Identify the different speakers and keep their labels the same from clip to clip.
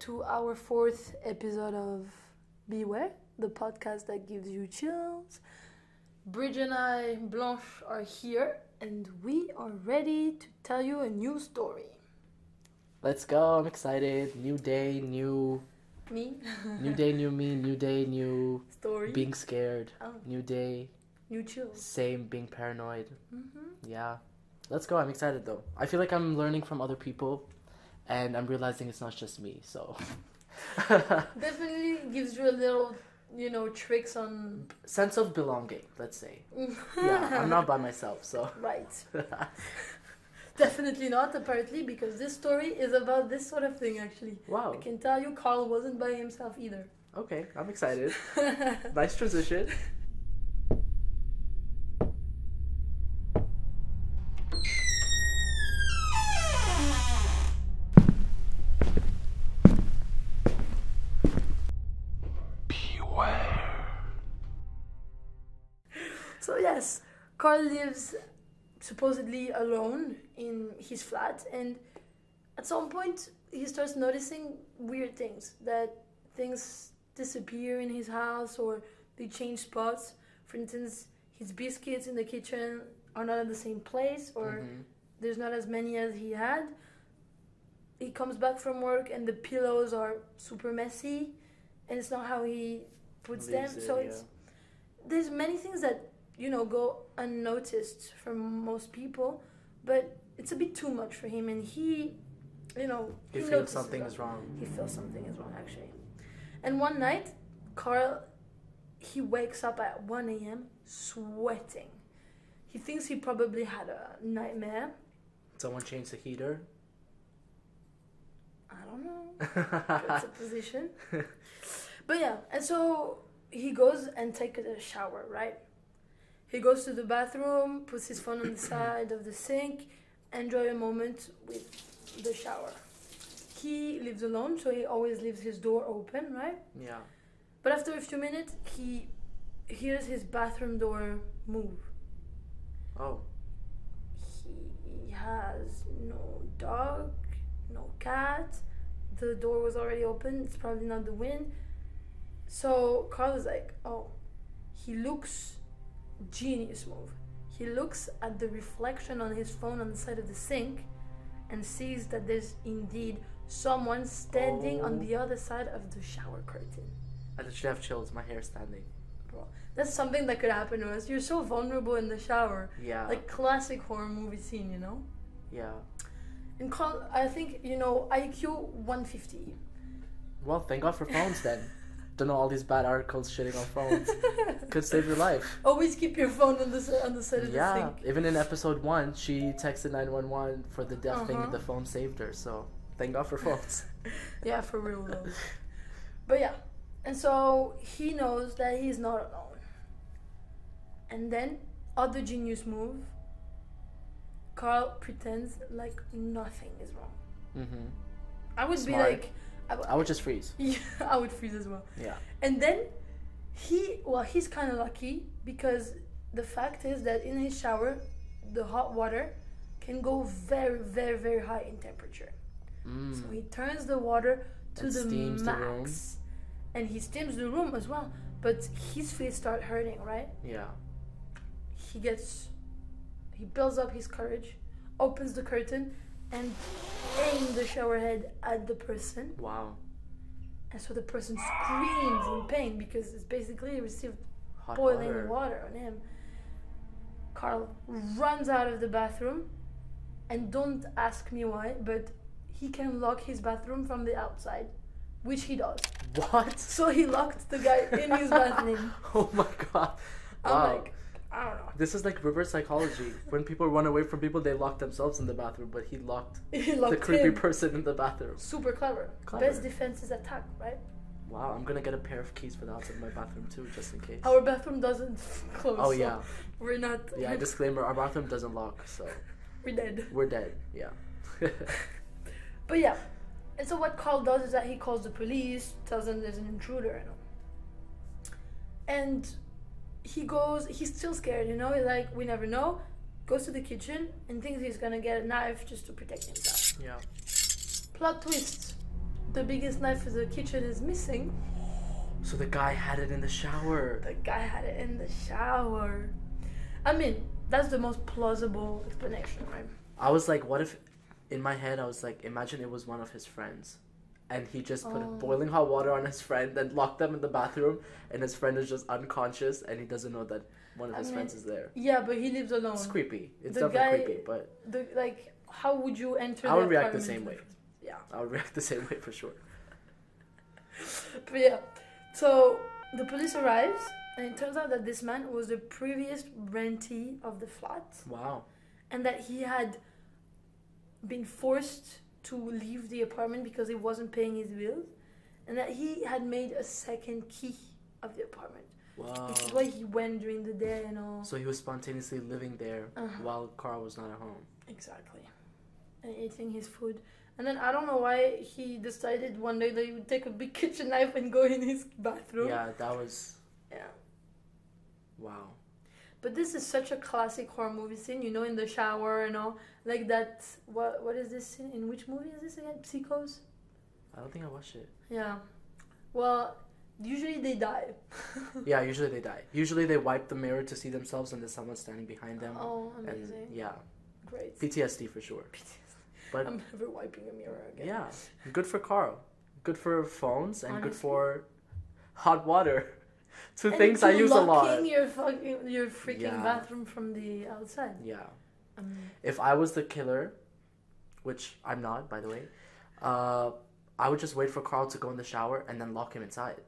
Speaker 1: to our fourth episode of Beware, the podcast that gives you chills. Bridge and I, Blanche, are here, and we are ready to tell you a new story.
Speaker 2: Let's go. I'm excited. New day, new
Speaker 1: Me?
Speaker 2: new day, new me, new day, new
Speaker 1: story.
Speaker 2: being scared.
Speaker 1: Oh.
Speaker 2: New day,
Speaker 1: New chills.
Speaker 2: same being paranoid.
Speaker 1: Mm-hmm.
Speaker 2: Yeah. Let's go. I'm excited though. I feel like I'm learning from other people and I'm realizing it's not just me. So
Speaker 1: Definitely gives you a little, you know, tricks on.
Speaker 2: sense of belonging, let's say. Yeah, I'm not by myself, so
Speaker 1: Right. Definitely not, apparently, because this story is about this sort of thing, actually. I
Speaker 2: wow.
Speaker 1: can tell you, Carl wasn't by himself either.
Speaker 2: Okay, I'm excited. Nice transition.
Speaker 1: so, yes, Carl lives supposedly alone in his flat, and at some point, he starts noticing weird things that things disappear in his house or they change spots. For instance, his biscuits in the kitchen are not in the same place, or
Speaker 2: Mhm.
Speaker 1: there's not as many as he had. He comes back from work and the pillows are super messy, and it's not how he puts
Speaker 2: Leaves
Speaker 1: them.
Speaker 2: it,
Speaker 1: so
Speaker 2: yeah.
Speaker 1: it's there's many things that you know go unnoticed from most people, but it's a bit too much for him, and he, you know,
Speaker 2: He feels
Speaker 1: notices
Speaker 2: something
Speaker 1: that.
Speaker 2: is wrong.
Speaker 1: He feels something is wrong actually, and one night, Carl, he wakes up at one a.m. sweating. He thinks he probably had a nightmare.
Speaker 2: Someone changed the heater.
Speaker 1: I don't know. That's a position. But yeah, and so he goes and takes a shower, right? He goes to the bathroom, puts his phone on the side of the sink, enjoy a moment with the shower. He lives alone, so he always leaves his door open, right?
Speaker 2: yeah.
Speaker 1: But after a few minutes, he hears his bathroom door move.
Speaker 2: Oh.
Speaker 1: He has no dog, no cat. The door was already open. It's probably not the wind. So Carl is like, oh, he looks genius move. He looks at the reflection on his phone on the side of the sink and sees that there's indeed someone standing on
Speaker 2: Oh.
Speaker 1: the other side of the shower curtain.
Speaker 2: I literally have chills. My hair is standing.
Speaker 1: Bro, that's something that could happen to us. You're so vulnerable in the shower.
Speaker 2: Yeah.
Speaker 1: Like classic horror movie scene, you know?
Speaker 2: yeah.
Speaker 1: And Carl, I think you know IQ 150.
Speaker 2: Well, thank God for phones then. Don't know all these bad articles shitting on phones. Could save your life.
Speaker 1: Always keep your phone on the s- on the side of the
Speaker 2: Yeah,
Speaker 1: sink.
Speaker 2: even in episode one, she texted 911 for the death thing,
Speaker 1: Uh-huh.
Speaker 2: and the phone saved her, so thank God for phones. Mm-hmm.
Speaker 1: Yeah, for real though. but yeah, and so he knows that he's not alone. And then other genius move. Carl pretends like nothing is wrong.
Speaker 2: hmm
Speaker 1: I would
Speaker 2: Smart.
Speaker 1: be like, I would-
Speaker 2: I would just freeze.
Speaker 1: Yeah, I would freeze as well.
Speaker 2: Yeah.
Speaker 1: And then he, well, he's kind of lucky because the fact is that in his shower, the hot water can go very, very, very high in temperature.
Speaker 2: Mm.
Speaker 1: So he turns the water to
Speaker 2: And
Speaker 1: the
Speaker 2: steams the room.
Speaker 1: max, and he steams the room as well. But his feet start hurting, right?
Speaker 2: Yeah.
Speaker 1: He gets, he builds up his courage, opens the curtain, and aims the shower head at the person.
Speaker 2: Wow.
Speaker 1: And so the person screams in pain because it's basically received
Speaker 2: Hot
Speaker 1: boiling
Speaker 2: water.
Speaker 1: water. on him. Carl runs out of the bathroom and don't ask me why, but he can lock his bathroom from the outside, which he does.
Speaker 2: What?
Speaker 1: So he locked the guy in his bathroom.
Speaker 2: oh my God. Wow.
Speaker 1: I'm like, I don't know.
Speaker 2: this is like reverse psychology. when people run away from people, they lock themselves in the bathroom, but he locked
Speaker 1: He
Speaker 2: the
Speaker 1: locked
Speaker 2: creepy
Speaker 1: him.
Speaker 2: person in the bathroom.
Speaker 1: Super clever.
Speaker 2: Clever.
Speaker 1: Best defense is attack, right?
Speaker 2: Wow, I'm gonna get a pair of keys for the outside of my bathroom too, just in case.
Speaker 1: Our bathroom doesn't close.
Speaker 2: oh
Speaker 1: so
Speaker 2: yeah,
Speaker 1: We're not.
Speaker 2: yeah. Disclaimer: our bathroom doesn't lock, so
Speaker 1: we're dead.
Speaker 2: we're dead. Yeah.
Speaker 1: But yeah, and so what Carl does is that he calls the police, tells them there's an intruder, and all. And he goes, he's still scared, you know, he's like, we never know. Goes to the kitchen and thinks he's gonna get a knife just to protect himself.
Speaker 2: yeah.
Speaker 1: Plot twist the biggest knife in the kitchen is missing.
Speaker 2: So the guy had it in the shower.
Speaker 1: The guy had it in the shower. I mean, that's the most plausible explanation, right?
Speaker 2: I was like, what if? In my head, I was like, imagine it was one of his friends, and he just put
Speaker 1: Oh.
Speaker 2: boiling hot water on his friend, then locked them in the bathroom, and his friend is just unconscious, and he doesn't know that one of
Speaker 1: I
Speaker 2: his
Speaker 1: mean,
Speaker 2: friends is there.
Speaker 1: Yeah, but he lives alone.
Speaker 2: It's creepy. It's
Speaker 1: The
Speaker 2: definitely
Speaker 1: guy-
Speaker 2: creepy, but
Speaker 1: The, like, how would you enter?
Speaker 2: I would
Speaker 1: that
Speaker 2: react the
Speaker 1: apartment
Speaker 2: same
Speaker 1: in
Speaker 2: way.
Speaker 1: first- Yeah.
Speaker 2: I would react the same way for sure.
Speaker 1: But yeah, so the police arrives, and it turns out that this man was the previous rentee of the flat,
Speaker 2: Wow.
Speaker 1: and that he had been forced to leave the apartment because he wasn't paying his bills, and that he had made a second key of the apartment,
Speaker 2: Wow.
Speaker 1: which is why he went during the day and all.
Speaker 2: So he was spontaneously living there
Speaker 1: Uh-huh.
Speaker 2: while Carl was not at home.
Speaker 1: Exactly. And eating his food. And then I don't know why he decided one day that he would take a big kitchen knife and go in his bathroom.
Speaker 2: Yeah, that was
Speaker 1: Yeah.
Speaker 2: wow.
Speaker 1: But this is such a classic horror movie scene, you know, in the shower and all. Like that. What What is this scene? In which movie is this again? Psychos?
Speaker 2: I don't think I watched it.
Speaker 1: Yeah. Well, usually they die.
Speaker 2: Yeah, usually they die. Usually they wipe the mirror to see themselves and there's someone standing behind them.
Speaker 1: Oh,
Speaker 2: and
Speaker 1: amazing.
Speaker 2: yeah,
Speaker 1: Great.
Speaker 2: PTSD for sure. But-
Speaker 1: I'm never wiping a mirror again.
Speaker 2: Yeah, good for Carl. Good for phones and good
Speaker 1: Honestly.
Speaker 2: for hot water. Two
Speaker 1: And
Speaker 2: things I
Speaker 1: to
Speaker 2: use a lot.
Speaker 1: Locking your, fucking, your freaking
Speaker 2: Yeah.
Speaker 1: bathroom from the outside.
Speaker 2: Yeah.
Speaker 1: Um,
Speaker 2: If I was the killer, which I'm not, by the way, uh, I would just wait for Carl to go in the shower and then lock him inside.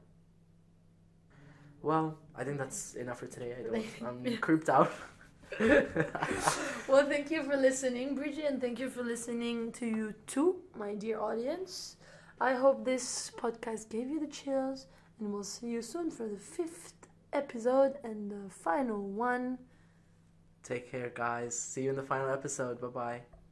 Speaker 2: Well, I think that's enough for today. I don't. I'm creeped out.
Speaker 1: Well, thank you for listening, Bridget, and thank you for listening to you too, my dear audience. I hope this podcast gave you the chills, and we'll see you soon for the fifth episode and the final one.
Speaker 2: Take care, guys. See you in the final episode. Bye bye.